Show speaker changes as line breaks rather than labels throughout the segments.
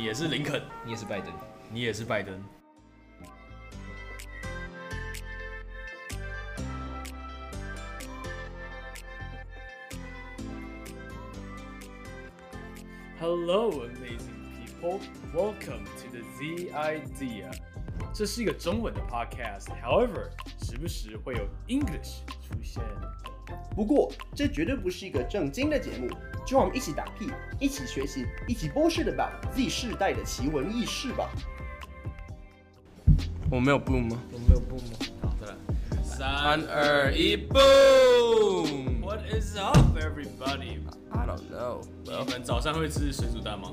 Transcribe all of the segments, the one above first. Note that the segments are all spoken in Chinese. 也是林肯，
你也是拜登。
你也是拜登。
Hello, amazing people. Welcome to the Z Idea. 这是一个中文的 podcast. However，时不时会有 English 出现。
不过，这绝对不是一个正经的节目，就让我们一起打屁，一起学习，一起 bullshit 吧 Z 世代的奇闻异事吧。我没有 boom 吗？
我没有不吗？
好，再来。三
三二一 boom。
What is up, everybody？
I don't know。
你们早上会吃水煮蛋吗？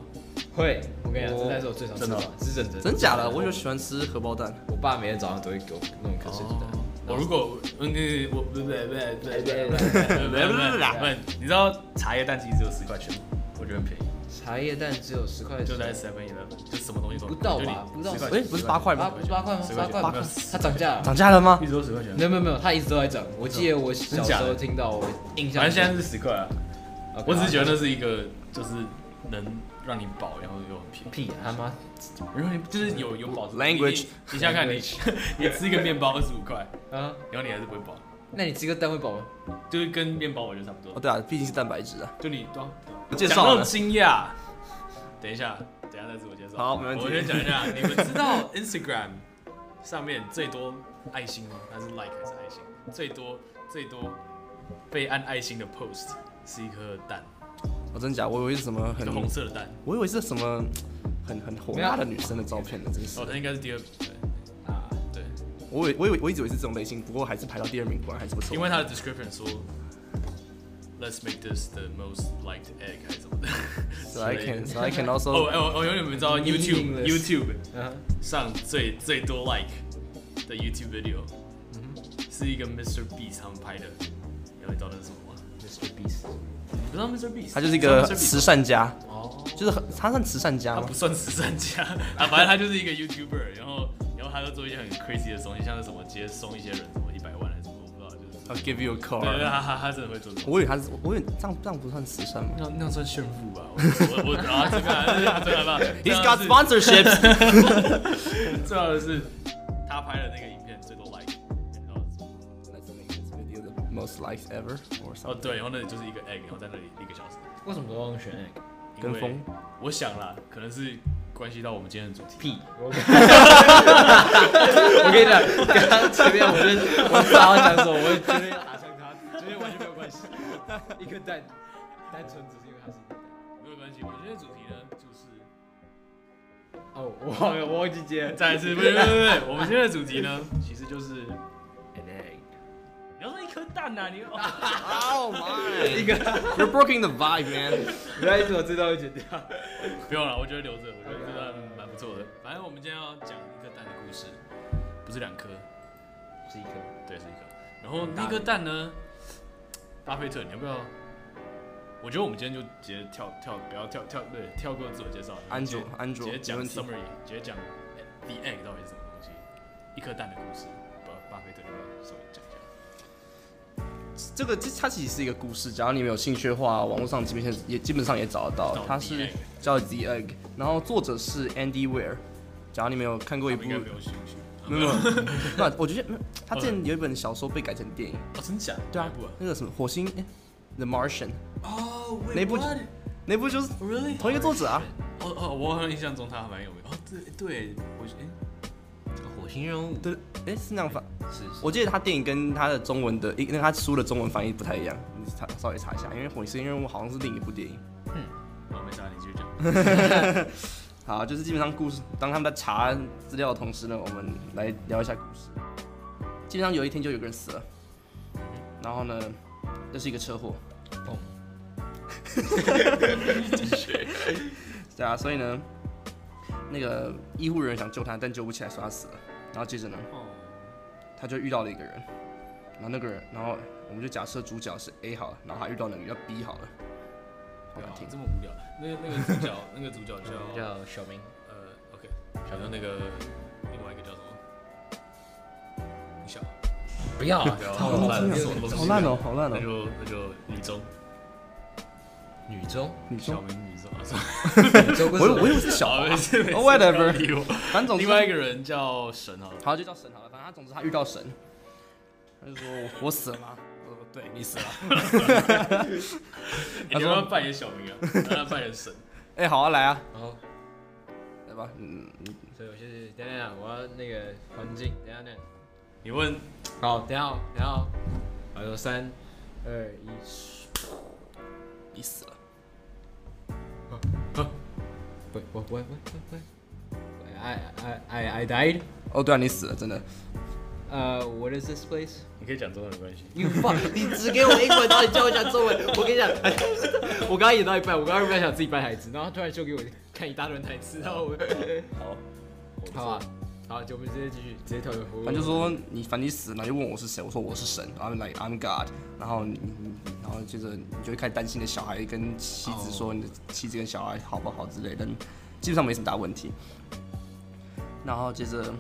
会，我跟你讲，
我
这才是我最常吃
真的
的，是认真。
真假的？我就喜欢吃荷包蛋。
我爸每天早上都会给我弄一颗水煮蛋。
我如果嗯，对我不对不对不对不对不对不对，你知道茶叶蛋其实只有十块钱吗，我觉得很便宜，
茶叶蛋只有十块钱，
就在 Seven Eleven，就什么东西都
不到吧？不到
十
十
块钱
块钱，
哎不是八块吗
啊不是八块吗？
十块钱
八块吗
没有？
它涨价了。
涨价了吗
一？直都十块钱
没，有没有没有，它一直都在涨。我记得我小时候听到，我印象。
反正现在是十块啊。
OK，
我只是觉
好
得那是一个，就是能让你饱，然后又很便宜，
屁他妈，
然后你就是有有饱足。
Language
你你想想看你你吃一个面包二十五块，
啊，
然后你还是不会饱，
那你吃个蛋会饱吗？
就是跟面包我觉得差不
哦，
多。
对啊，毕竟是蛋白质啊。
就你对啊对啊
我介绍
讲到
了
惊讶，等一下，等一下再自我介绍。
好没问题
我先讲一 下，你们知道 Instagram 上面最多爱心吗？它是 like 还是爱心？最多最多被按爱心的 post 是一颗蛋，
我真假？我以为是什么
一
很
个，红色的蛋。
我以为是什么很很火辣的女生的照片呢，真是
哦，。它应该是第二对啊，对。
我以为我以为我一直以为是这种类型，不过还是排到第二名，果然还是不错。
因为它的 description 说，Let's make this the most liked egg 还是什么的。
So I can so I can
哦
also
哦哦，有你们知道 YouTube
Meaningless
YouTube
啊，
上最最多 like 的 YouTube video，是一个 Mr Beast 他们拍的，你们知道那是什么吗？
Mr. Beast，
你不知道 Mr Beast，
他就是一个慈
慈
善家，
哦，
就是很他算慈善家
他
吗
不？算慈善家，啊，反正他就是一个 YouTuber，然后然后他就做一些很 crazy 的东西，像是什么直接送一些人什么一百万还是什么，我不知道，就是。
I'll give you a
对对，啊他
car。
他他真的会做这种事。
我以为他是，我以为这样这样不算慈善吗
那那算炫富吧？我我我啊，这个最害怕，最
？He's
害怕
got sponsorships。
最好的是他拍的那个影片最多 like，然后
Let's make this video the most likes ever or
哦
something。
对，然后那里就是一个 egg，然后在那里一个小时。
为什么都要用选 egg？
跟风，
我想啦，可能是关系到我们今天的主题。
屁！ 我我跟你讲，刚刚前面我就我不知道他讲什么，我就觉得要打向他，觉得完全没有 关系。一颗蛋，单纯只是因为它是一颗蛋。
没有关系，我们今天的主题呢就是，
哦，我忘了，我忘记接了。
再一 次，不对不
哎
对不对，我们今天的主题呢其实就是，你
An egg，
要说一颗蛋呐、你
Oh my！
一个，
You're breaking the vibe, man.
不要意思，我知道会剪掉。
不用了，我觉得留着，我觉得这段蛮不错的。反正我们今天要讲一颗蛋的故事，不是两颗，
是一颗，
对，是一颗。然后那颗蛋呢，巴菲特，你要不要？我觉得我们今天就直接跳跳，不要跳跳，对，跳过自我介绍，
安
直
卓
接，
安
直
卓，
接
没
讲
问题。
summary，直接讲 the egg 到底是什么东西，一颗蛋的故事。巴巴菲特，你要不要稍微讲一下？
这个这它其实是一个故事，假如你们有兴趣的话，网络上基本上也基本上也找得到
找。
它
The
是
Egg
叫 The Egg，然后作者是 Andy Weir。假如你们有看过一
我
部
应，该没有兴趣。
没有，没有 那我觉得他之前有一本小说被改成电影，
哦，真假？
对啊
哪一部啊，
那个什么火星诶 The Martian，
哦，
哪一部那部就是
？Really？
同一个作者啊。
哦哦，我好像印象中他还蛮有名。哦，对对，我哎，
火星任务
对，哎是那样翻，
是是
我记得他电影跟他的中文的，因为他书的中文翻译不太一样，你查稍微查一下，因为火星任务好像是另一部电影。
哦，没啥，你继续讲。
好，就是基本上故事，当他们在查资料的同时呢，我们来聊一下故事。基本上有一天就有个人死了，然后呢，这是一个车祸，
哦
对啊，所以呢，那个医护人员想救他，但救不起来，说他死了。然后接着呢，
哦，
他就遇到了一个人，然后那个人，然后我们就假设主角是 A 好了，然后他遇到那个人叫 B 好了，好
对啊
难听，
这么无聊。那个那个主角，那个主角叫
叫小明，
呃，OK，小的那个另外一个叫什么？你想，
不要啊
不要，
操
好烂
哦
哦
我
这是我的
好烂哦，好烂
那
哦，
就那就李宗，
女中，
女
小
中，
明女生啊，
女中不
我
是
以我以为是小
好
啊
没事没事
Oh, whatever 哦
不要理我
反正总之
另外一个人叫神好了，
好就叫神好了，反正他总之他遇到神，他就说我我死了吗？我说对你死了。
欸、你要不要扮演小明啊？让他扮演神。
哎、好啊，来啊，
然后
来吧，嗯，
所以我就是等一下，我要那个环境，等一下等一下，
你问
好，等一下哦，等一下哦，我说三二一，
你死了。
喂喂喂喂喂喂，I 哎 I I 哎 I died。
哦，对啊，你死了，真的。
呃、uh,，What is this place？
你可以讲中文没关系。
You fuck！你 只给我英文，然后你叫我讲中文。我跟你讲， 我刚刚演到一半，我刚刚原本想自己掰台词，然后他突然秀给我看一大段台词，然后 我
好，
好啊，好，就我们直接继续，直接跳回服务。
反正就说你，反正你死了，然后就问我是谁，我说我是神，I'm like I'm God，然后你，你然后接着你就会开始担心你的小孩跟妻子说你的妻子跟小孩好不好之类的，但基本上没什么大问题。然后接着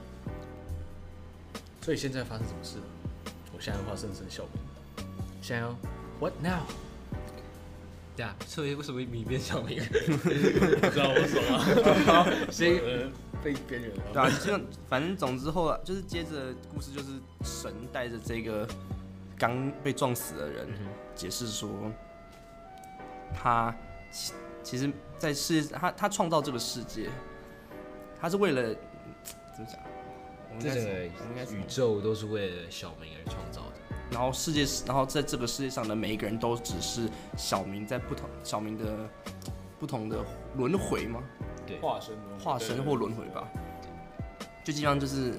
所以现在发生什么事了？我现在化身成小明，
想要 What now？对啊，所以为什么你变小明？
知道我爽啊，
谁
呃被边缘了。
对啊，就反正总之后来就是接着故事就是神带着这个刚被撞死的
嗯
人，解释说他其其实在世他他创造这个世界，他是为了怎么讲？我们
这
应该
整
是我们应该
个
是
宇宙都是为了小明而创造的。
然后世界，然后在这个世界上的每一个人都只是小明在不同小明的不同的轮回吗？
化身哦，
化身或轮回吧。就基本上就是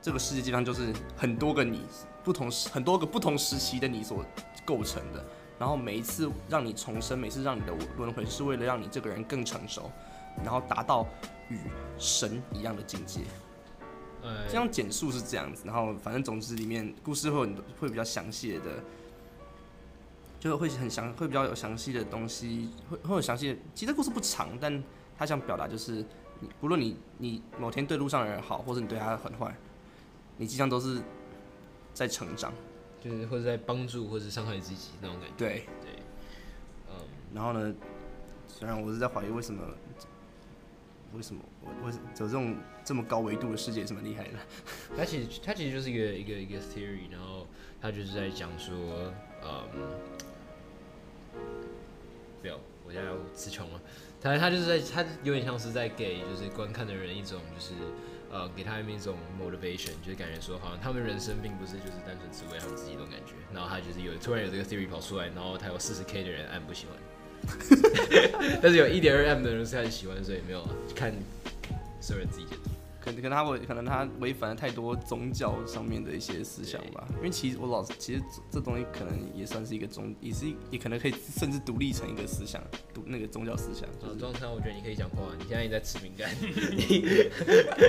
这个世界，基本上就是很多个你不同时很多个不同时期的你所构成的。然后每一次让你重生，每次让你的轮回，是为了让你这个人更成熟，然后达到与神一样的境界。
呃
这样简述是这样子，然后反正总之里面故事会有很多会比较详细的，就会很详会比较有详细的东西，会会有详细的。其实故事不长，但他想表达就是，你不论你你某天对路上的人好，或者你对他很坏，你即将都是在成长。
就是或者在帮助或者伤害自己那种感觉。
对，
嗯，
然后呢，虽然我是在怀疑为什么。为什么我我有这种这么高维度的世界这么厉害的？
它其实它其实就是一个一个一个 theory，然后它就是在讲说，嗯，不要，我现在要词穷了。它它就是在它有点像是在给就是观看的人一种就是呃给他们一种 motivation，就是感觉说好像他们人生并不是就是单纯只为他们自己那种感觉。然后他就是有突然有这个 theory 跑出来，然后他有四十 k 的人按不喜欢， 但是有一点二 m 的人是很喜欢，所以没有啊看所有人自己解读。
可能可能他会可能他违反了太多宗教上面的一些思想吧，因为其实我老实其实这这东西可能也算是一个宗，也是一也可能可以甚至独立成一个思想，独那个哦宗教思想，
好，庄超，我觉得你可以讲话，你现在也在吃饼干。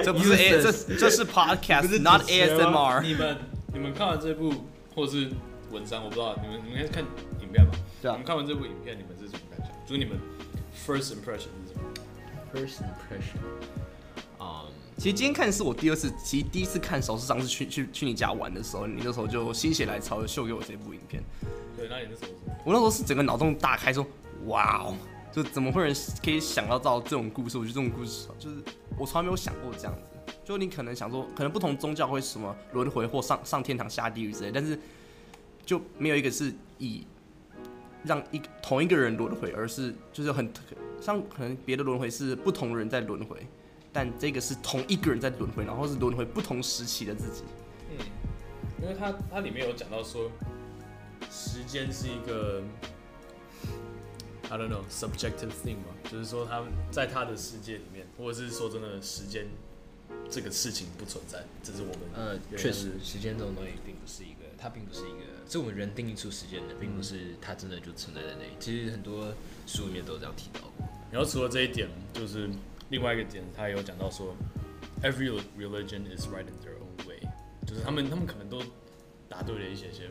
这不是 A 这
Useless
这是 podcast，not
你
ASMR，
们你们看完这部或是文章，我不知道你们你们应该是看影片吧？
对啊
你们看完这部影片，你们是什么感想？就是你们 first impression 是什么？
First impression，嗯，
其实今天看是我第二次，其实第一次看《手势上是去去去你家玩的时候，你那时候就心血来潮秀给我这部影片，
对，那你是什么？
我那时候是整个脑洞大开，说哇哦，就怎么会有人可以想到到这种故事？我觉得这种故事就是我从来没有想过这样子。就你可能想说，可能不同宗教会什么轮回或上上天堂下地狱之类，但是就没有一个是以让一同一个人轮回，而是就是很像可能别的轮回是不同人在轮回，但这个是同一个人在轮回，然后是轮回不同时期的自己。
嗯，因为它它里面有讲到说，时间是一个，I don't know subjective thing 嘛，就是说他们在他的世界里面，或者是说真的时间这个事情不存在，只是我们
呃，
对
确实，时间这种东西并不是一个，它并不是一个，是我们人定义出时间的，并不是它真的就存在在那里。其实很多书里面都有这样提到过。
然后除了这一点，就是另外一个点，他也有讲到说，every religion is right in their own way，就是他们他们可能都答对了一些些，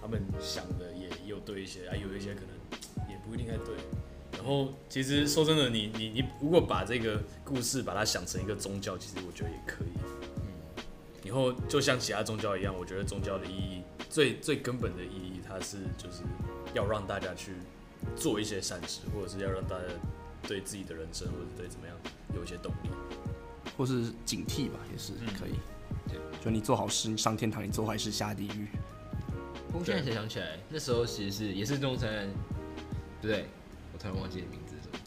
他们想的也也有对一些，啊，有一些可能也不一定太对。然后其实说真的，你你你如果把这个故事把它想成一个宗教，其实我觉得也可以。嗯，以后就像其他宗教一样，我觉得宗教的意义最最根本的意义，它是就是要让大家去做一些善事，或者是要让大家对自己的人生或者对怎么样有一些动力。
或是警惕吧，也是
嗯
可以。就你做好事，你上天堂；你做坏事，下地狱。
不过现在才想起来，那时候其实是也是中山，对不对？我突然忘记你名字是什么。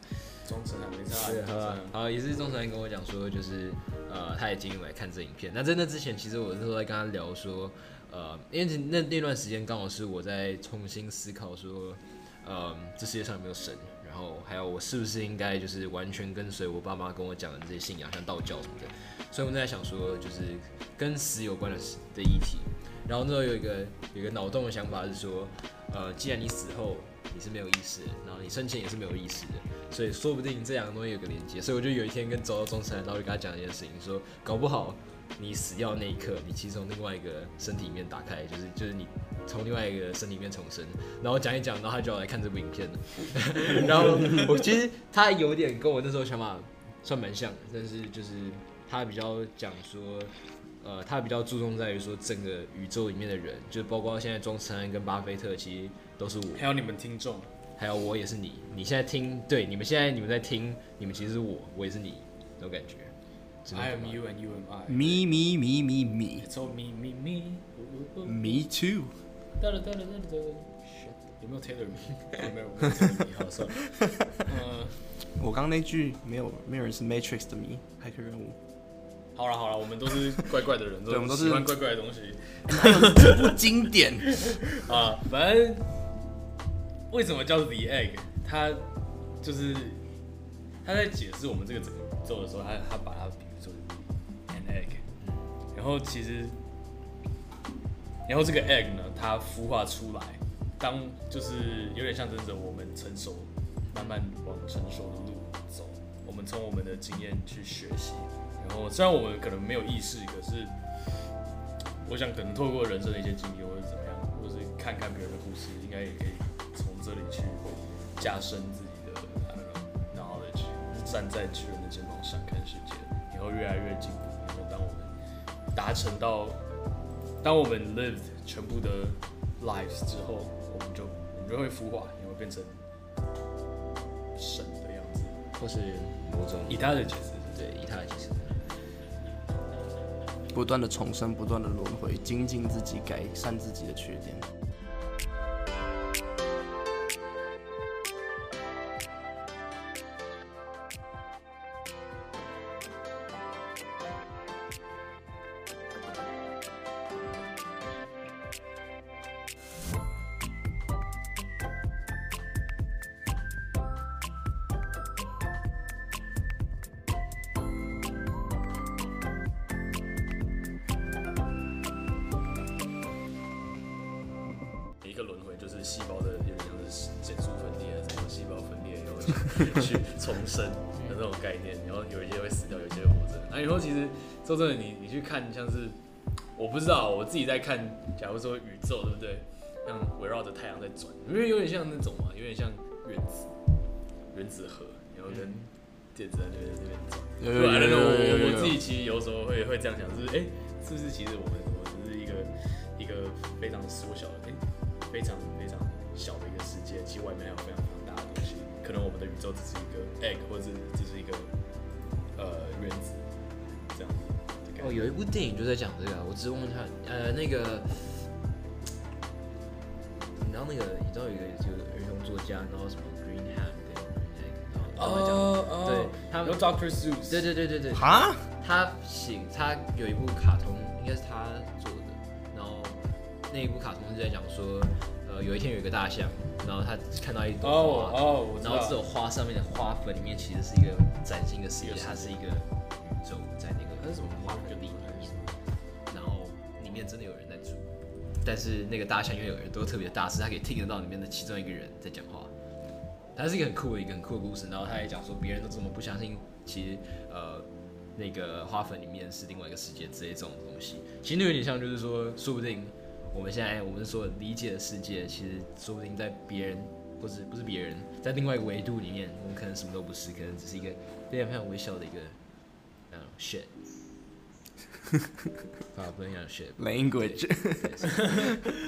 忠诚啊，没
是，
差
好
啊
吧，，好，也是钟成跟我讲说，就是呃，他也今天来看这影片。那在那之前，其实我那时候在跟他聊说，呃，因为那那段时间刚好是我在重新思考说，呃，这世界上有没有神，然后还有我是不是应该就是完全跟随我爸妈跟我讲的这些信仰，像道教什么的。所以我们在想说，就是跟死有关的事的议题。然后那时候有一个有一个脑洞的想法是说，呃，既然你死后你是没有意识的，然后你生前也是没有意识的，所以说不定这两个东西有个连接。所以我就有一天跟走到中山，然后就跟他讲一件事情，说搞不好你死掉那一刻，你其实从另外一个身体里面打开，就是就是你从另外一个身体里面重生。然后讲一讲，然后他就要来看这部影片了。然后我其实他有点跟我那时候想法算蛮像的，但是就是他比较讲说。呃，他比较注重在于说整个宇宙里面的人，就包括现在中山跟巴菲特，其实都是我。
还有你们听众，
还有我也是你，你现在听，对，你们现在你们在听，你们其实是我，我也是你，那种感觉。真的
I am
吗
you and you am I.
Me, me, me, me, me,
It's all me, me, me. Ooh, ooh, ooh.
me too。
哒哒哒哒哒哒。Shit，有没有 Taylor 迷？有没有我没有 Taylor 迷？好，算了。呃，
我刚刚那句没有，没有人是 Matrix 的迷，骇客任务。
好了好了，我们都是怪怪的人，
对我们都是
喜欢怪怪的东西。
这部经典，
啊，反正为什么叫 The Egg？它就是他在解释我们这个整个宇宙的时候，他他把它比喻作是 an egg，然后其实，然后这个 egg 呢，它孵化出来，当就是有点像这种我们成熟，慢慢往成熟的路走，我们从我们的经验去学习，然后虽然我们可能没有意识，可是。我想可能透过人生的一些经历，或者怎么样，或者是看看别人的故事，应该也可以从这里去加深自己的 I don't know, knowledge，就是站在巨人的肩膀上看世界，然后越来越进步。然后当我们达成到，当我们 lived 全部的 lives 之后，我们就我们就会孵化，也会变成神的样子。
或是某种
以他的解释，
对以他的解释，
不断的重生，不断的轮回，精进自己，改善自己的缺点。
一个轮回就是细胞的有点像是减速分裂，什么细胞分裂，然后去去重生的那种概念，然后有一些会死掉，有一些会活着。啊，以后其实说真的，你你去看像是我不知道，我自己在看，假如说宇宙对不对？像围绕着太阳在转，因为有点像那种嘛，有点像原子原子核，然后跟电子在那边那边转。
有
对啊，那我我我自己其实有时候会会这样想，就是哎、是不是其实我们我只是一个一个非常缩小的，哎、非常非常小的一个世界，其实外面还有非常非常大的东西，可能我们的宇宙只是一个 egg，或者是只是一个呃原子这样子的感
哦，
觉。
有一部电影就在讲这个啊，我只是忘记它，呃，那个，你知道那个，你知道有一个就是儿童作家，然后什么 Green Ham 跟 Green Egg，然后他们讲，
哦
对他
有
们，
Doctor Seuss，
对对对对对，
哈，
他写他有一部卡通，应该是他做的，然后那一部卡通是在讲说，呃，有一天有一个大象，然后他看到一朵
哦
花，
哦，我知
然后这
道，
朵花上面的花粉里面其实是一个崭新的世界
一个，世界
它是一个宇宙在那个
它是什么
花粉里面，然后里面真的有人在住，但是那个大象因为有耳朵特别大，是它可以听得到里面的其中一个人在讲话。它是一个很酷的一个很酷的故事，然后他也讲说别人都这么不相信，其实呃那个花粉里面是另外一个世界之类这种东西，其实那有点像就是说，说不定我们现在我们所理解的世界，其实说不定在别人或是不是别人，在另外一个维度里面，我们可能什么都不是，可能只是一个非常非常微小的一个嗯 shit。啊，不能讲 shit，
language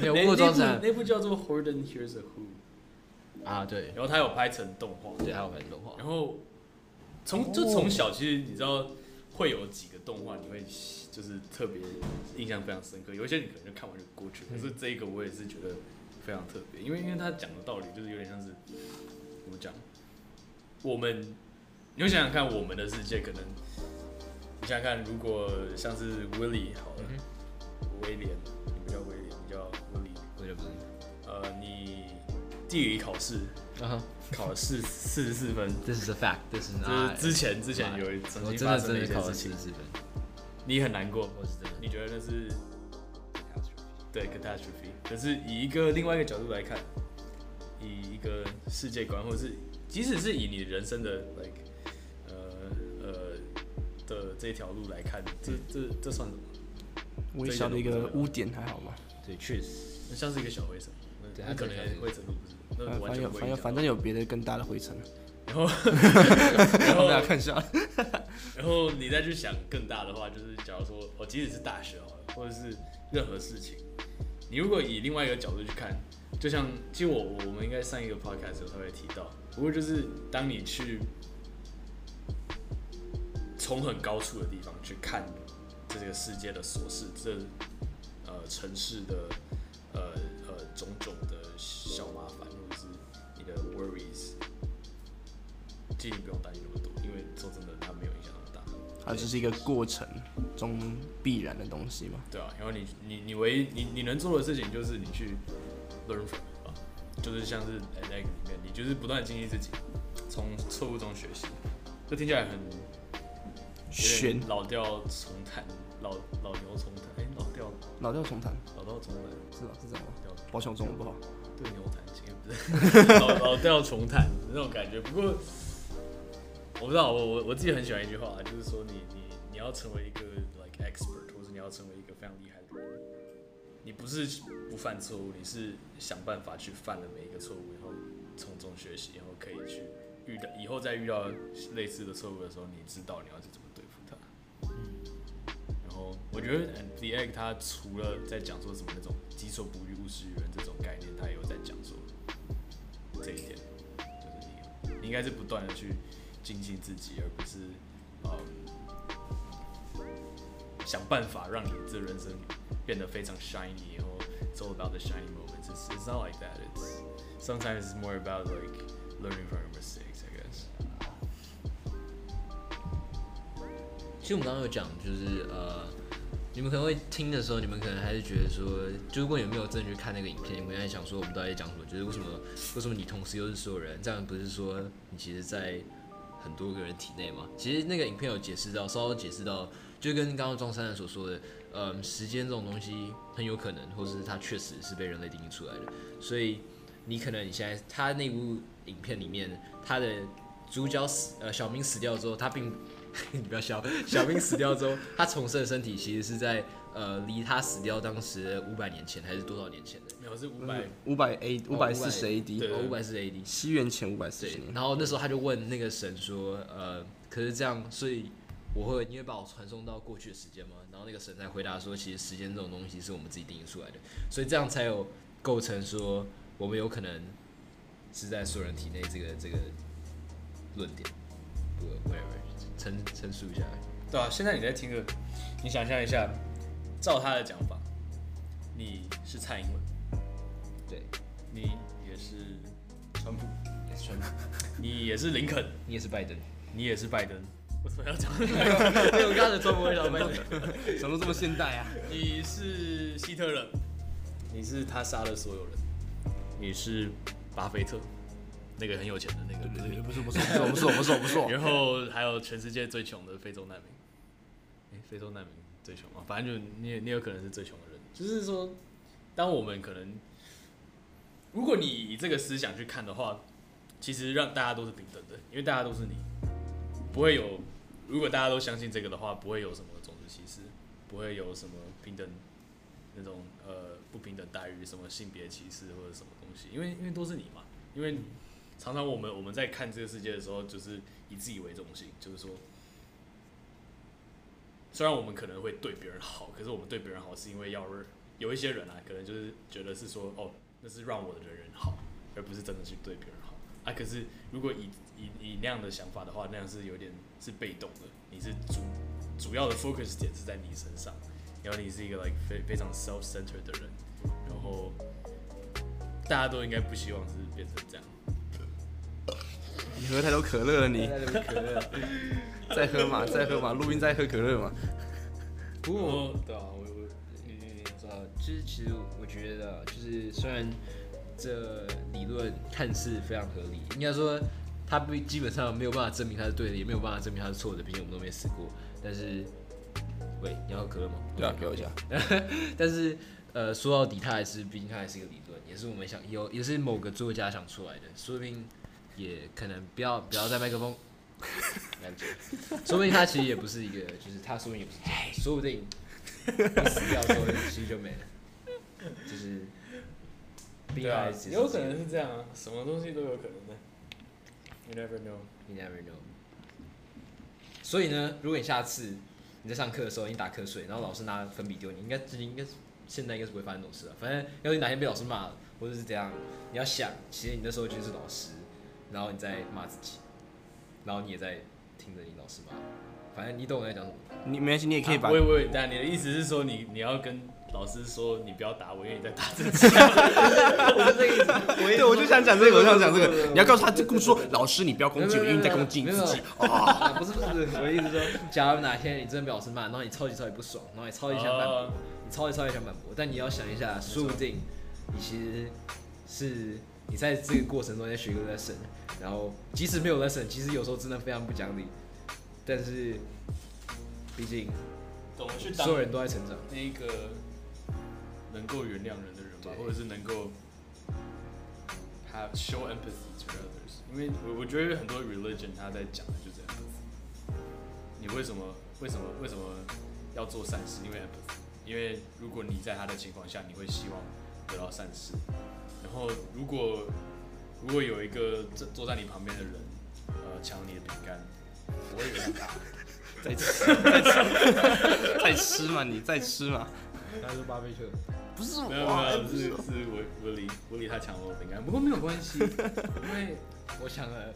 没有
那那
过装
部
成
那部叫做 Horton Hears a Who，
啊，对
然后他有拍成动画，
对，还有拍动画，
然后从就从小，其实你知道会有几个动画，你会就是特别印象非常深刻。有一些你可能就看完就过去，可是这一个我也是觉得非常特别，因为因为他讲的道理就是有点像是怎么讲，我们你就想想看，我们的世界可能你想想看，如果像是 Willie 好了，威廉，你不叫威廉，你叫 Willie，
我也不是
呃，你地理考试
啊哈。
考了四四十四分。
This is a fact. This is
就
not.
是之前之前有一曾
哎我
经
真
发
的
生
真
一
的
些
考
事
了
情
四，十分，
你很难过，
我是真的。
你觉得那是对 catastrophe？可是以一个另外一个角度来看，以一个世界观，或者是即使是以你人生的 like 呃呃的这条路来看，这
嗯
这这算什么？
微小的一个污点还好吗？
对，确实。
那像是一个小灰尘，那
对
那
它
可
真的
能
像是一个呃
灰尘路不是，那
反
呃完
呃反
全
正
不会
反
影
正
响
反正有别的更大的灰尘了，
然后然
让
后
大家看一下。
然后你再去想更大的话，就是假如说，哦，即使是大学好了，或者是任何事情，你如果以另外一个角度去看，就像其实我我我们应该上一个 podcast 有稍微提到，不过就是当你去从很高处的地方去看这个世界的琐事，这呃城市的呃呃种种的小麻烦，或者是你的 worries，其实你不用担心那么多，因为说真的，它没有影响那么大。
它只是一个过程中必然的东西嘛。
对啊，然后你你你唯一你你能做的事情就是你去 learn from it 吧，就是像是 a n a 里面，你就是不断地经历自己，从错误中学习。这听起来很有
悬
点老调重弹，老老牛重弹，哎、老调
老调重弹，
老调重弹，
是吧？是这样吗？
老调
抱歉，我中文不好。
对牛弹琴不是 老老调重弹那种感觉。不过我不知道，我我我自己很喜欢一句话，就是说你你你要成为一个 like expert，或者你要成为一个非常厉害的人，你不是不犯错误，你是想办法去犯了每一个错误，然后从中学习，然后可以去遇到以后再遇到类似的错误的时候，你知道你要去怎么对付它。然后我觉得嗯 The Egg 它除了在讲说什么那种己所不欲勿施于人这种概念，它也有在讲说这一点，就是你你应该是不断的去精进自己，而不是嗯想办法让你这人生变得非常 shiny，然后 it's all about the shiny moments. It's it's not like that. It's sometimes it's more about like learning from your mistakes, I guess.
其实我们刚刚有讲，就是呃，你们可能会听的时候，你们可能还是觉得说，就如果你们没有真的去看那个影片，你们还想说我哦们到底在讲什么？就是为什么为什么你同时又是所有人？这样不是说你其实，在很多个人体内吗？其实那个影片有解释到，稍稍解释到，就跟刚刚庄珊珊所说的，嗯，时间这种东西很有可能，或是它确实是被人类定义出来的，所以你可能你现在他那部影片里面，他的主角死呃小明死掉之后，他并 你不要笑，小明死掉之后，他重生的身体其实是在呃离他死掉当时五百年前还是多少年前的？
没有是五百，
五百 A 五百四十
哦对
AD，
哦，五百是 AD。
西元前五百四十
对，
年。
然后那时候他就问那个神说，呃，可是这样，所以我会你会把我传送到过去的时间吗？然后那个神才回答说，其实时间这种东西是我们自己定义出来的，所以这样才有构成说我们有可能是在所有人体内这个这个论点，不 whatever，陈陈述一下，
对啊，现在你在听歌，你想象一下，照他的讲法，你是蔡英文，
对，
你也是川普，
也是川普，
你也是林肯，
你也是拜登，
你也是拜登。为什么要讲？
对，我刚才中国人想拜登，
怎么这么现代啊？
你是希特勒，你是他杀了所有人，你是巴菲特，那个很有钱的那个，不是你
不是不是不是不是不是不是，
然后还有全世界最穷的非洲难民，哎、非洲难民最穷啊，反正就你也你有可能是最穷的人。就是说，当我们可能，如果你以这个思想去看的话，其实让大家都是平等的，因为大家都是你，不会有。如果大家都相信这个的话，不会有什么种族歧视，不会有什么平等那种呃不平等待遇，什么性别歧视或者什么东西，因为因为都是你嘛，因为常常我们我们在看这个世界的时候，就是以自己为中心，就是说，虽然我们可能会对别人好，可是我们对别人好是因为要让有一些人啊，可能就是觉得是说，哦，那是让我的人好，而不是真的去对别人好啊。可是如果以以以那样的想法的话，那样是有点是被动的，你是主主要的 focus 点是在你身上，然后你是一个 like 非非常 self centered 的人，然后大家都应该不希望是变成这样。
你喝太多可乐了你，
在这边可乐，
再喝嘛，再喝嘛，录音再喝可乐嘛。
不过我
哦，对啊，我我
你你你知道，就是其实我觉得，就是虽然这理论看似非常合理，应该说他不基本上没有办法证明他是对的，也没有办法证明他是错的，毕竟我们都没死过。但是，喂，你要喝可乐吗？
对啊，给我一下。
但是呃，说到底，它还是毕竟它还是一个理论，也是我们想有，也是某个作家想出来的，说不定也可能不要不要在麦克风来不及了，说不定它其实也不是一个，就是它说不定也不是真的，说不定你死掉之后其实就没了，就是。毕竟
对啊
还是，
有可能是这样啊，什么东西都有可能的。You never know。
You never know。所以呢，如果你下次你在上课的时候你打瞌睡，然后老师拿粉笔丢你，应该应该是现在应该是不会发生这种事啊。反正要是你哪天被老师骂了，或者是怎样，你要想，其实你那时候就是老师，然后你在骂自己，然后你也在听着你老师骂，反正你懂我在讲什么。
你没关系，你也可以把
啊、我以为，但你的意思是说你你要跟老师说你不要打我，因为你在打自己。
对，我就想 讲这个，我就想讲这个。你要告诉他这故事说，老师你不要攻击我，因为你在攻击你自己。
哦
啊，不是不是，我的意思是说，假如哪天你真的被老师骂，然后你超级超级不爽，然后你超级想反驳，
哦
你超级超级想反驳，但你要想一下，说不定你其实是你在这个过程中在学个 lesson，然后即使没有 lesson，其实有时候真的非常不讲理，但是毕竟
懂得去当
所有人都在成长，
那个能够原谅人的人吧
对，
或者是能够 have show empathy to others。因为我我觉得很多 religion 他在讲的就是 empathy。你为什么为什么为什么要做善事？因为 empathy。因为如果你在他的情况下，你会希望得到善事。然后如果如果有一个坐坐在你旁边的人，呃，抢你的饼干，我会有点打。
再吃，再吃嘛，你再吃嘛。
他是巴菲特，
不是
没有没有，
我，
是是我我理我理他抢了我的饼干，不过没有关系，因为
我想了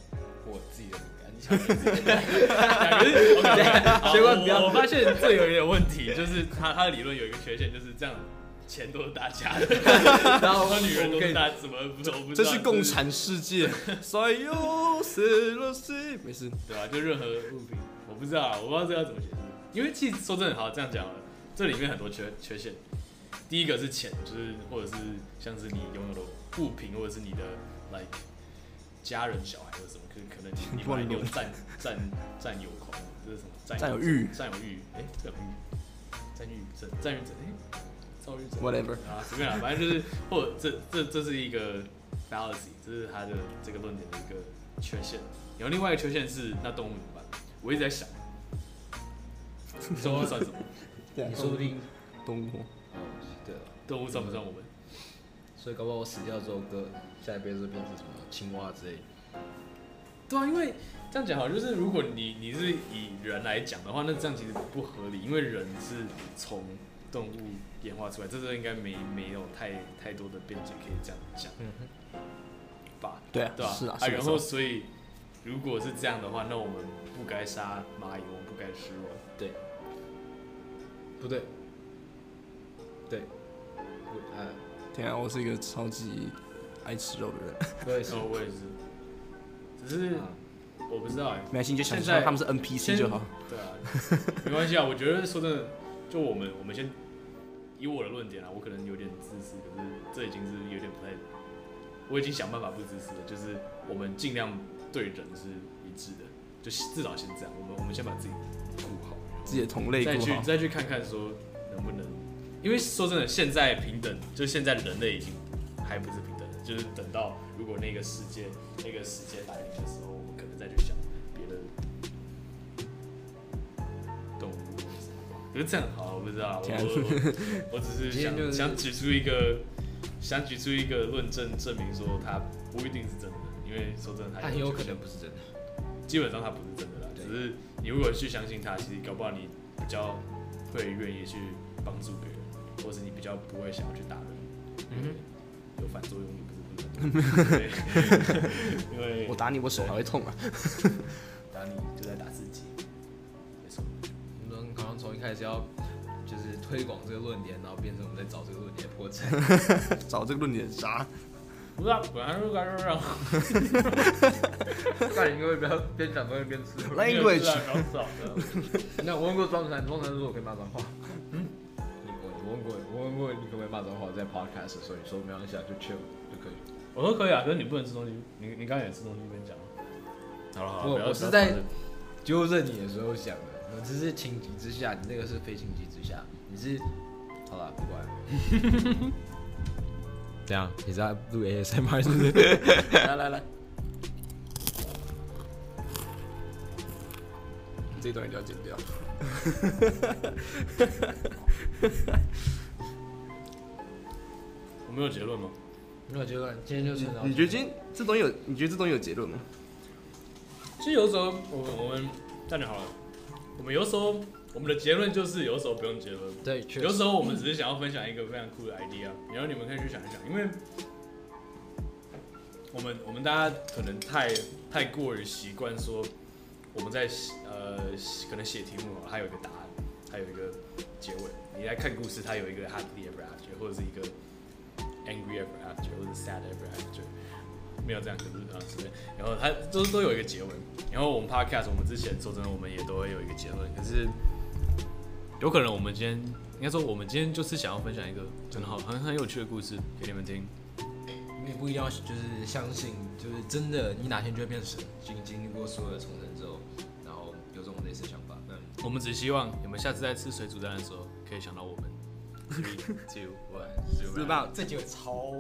我自己的饼干，你
两个人 OK，
结果不要
我我发现这有一点问题，就是他他的理论有一个缺陷，就是这样，钱都是大家的，
然
然
后
后女人都
我跟
是
你
大家，怎么不我不知
这
道
是共，产世界。所有谁了谁？没事，
对啊吧？就任何物品，我不知道啊，我不知道这要怎么解释，因为其实说真的，好这样讲啊好了，这里面很多缺缺陷，第一个是钱，就是或者是像是你拥有的物品，或者是你的 like 家人、小孩或者什么，可可能你你本来你有占占占有狂，这是什么？
占有欲
占有欲，哎、占有欲，占有欲症，占有欲症，哎、躁郁症
Whatever
啊，随便啦，反正就是，或者这这这是一个 fallacy，这是他的这个论点的一个缺陷。然后另外一个缺陷是，那动物怎么办？我一直在想，动物算什么？
你说不定，
动物。
哦，对了。
动物算不算我们？
所以搞不好我死掉之后，哥下一辈子变成什么青蛙之类的。
对啊，因为这样讲好，就是如果你你是以人来讲的话，那这样其实不合理，因为人是从动物演化出来，这是应该没没有太太多的辩解可以这样讲
嗯
吧？
对啊
对吧？
是啊
啊，
是啊
然
是啊
后所以如果是这样的话，那我们不该杀蚂蚁，我们不该吃肉。
不对，对，我呃，
天啊，我是一个超级爱吃肉的人。
我也
那
是
时，
啊
候我也是，只是
啊
我不知道哎、
没关系，你就想
现在
象他们是 NPC
先
就好。。
对 啊，没关系啊。我觉得说真的，就我们我们先以我的论点啊，我可能有点自私，可是这已经是有点不太，我已经想办法不自私了，就是我们尽量对人是一致的，就至少先这样。我们我们先把自己顾好，
自己的同类
再
顾
去
好。
再去看看说能不能，因为说真的，现在平等，就现在人类已经还不是平等的，就是等到如果那个世界那个时间来临的时候，我们可能再去想别的动物。可是这样好啊，我不知道啊，我
天啊
我我我只是
今天
想、
就是
想举出一个想举出一个论证，证明说它不一定是真的，因为说真的，
他很啊有可能不是真的。
基本上它不是真的啦，
对
只是你如果去相信它，其实搞不好你比较会愿意去帮助别人，或是你比较不会想要去打人，
嗯
有反作用力不是不知 对因为
我打你，我手还会痛啊。
打你就在打自己。
我们刚刚从一开始要就是推广这个论点，然后变成我们在找这个论点的破 绽。
找这个论点渣，
不是啊，本来就是干这样
那你应该不要边讲东西边吃。
Language
搞早的，
那我问过庄南，庄南说我可以骂脏话。嗯， 你我问过，我问过你可不可以骂脏话，在 podcast 的时候你说没关系啊，就 chill 就可以。
我说可以啊，可是你不能吃东西，你你刚才也吃东西，跟你讲。好了好了，
我
不要
我是
不要
在
吵了
纠正你的时候想的，我只是情急之下，你那个是非情急之下，你是好了，不管。 这样你在录 ASMR 是 不是？
来来来，这一段一定要剪掉。
我没有结论吗？
那我觉得今天就先到这。
你觉得今天这东西有？你觉得这东西有结论吗？
其实有时候我们我们这样讲好了，我们有时候我们的结论就是有时候不用结论，
对，确
有
实
时候我们只是想要分享一个非常酷的 idea，然后你们可以去想一想，因为我们我们大家可能太太过于习惯说我们在写呃写可能写题目好了，它有一个答案，它有一个结尾。你来看故事，它有一个 happy ever after，或者是一个 angry ever after，或者是 sad ever after，没有这样，可是啊之类。然后它都都有一个结尾。然后我们 podcast，我们之前说真的，我们也都会有一个结论，可是。有可能我们今天应该说，我们今天就是想要分享一个很好、很很有趣的故事给你们听。
你不一定要就是相信，就是真的，你哪天就会变神。经经历过所有的重生之后，然后有这种类似的想法，那
我们只希望你们下次在吃水煮蛋的时候，可以想到我们。Three, two, one，
是吧？
这就超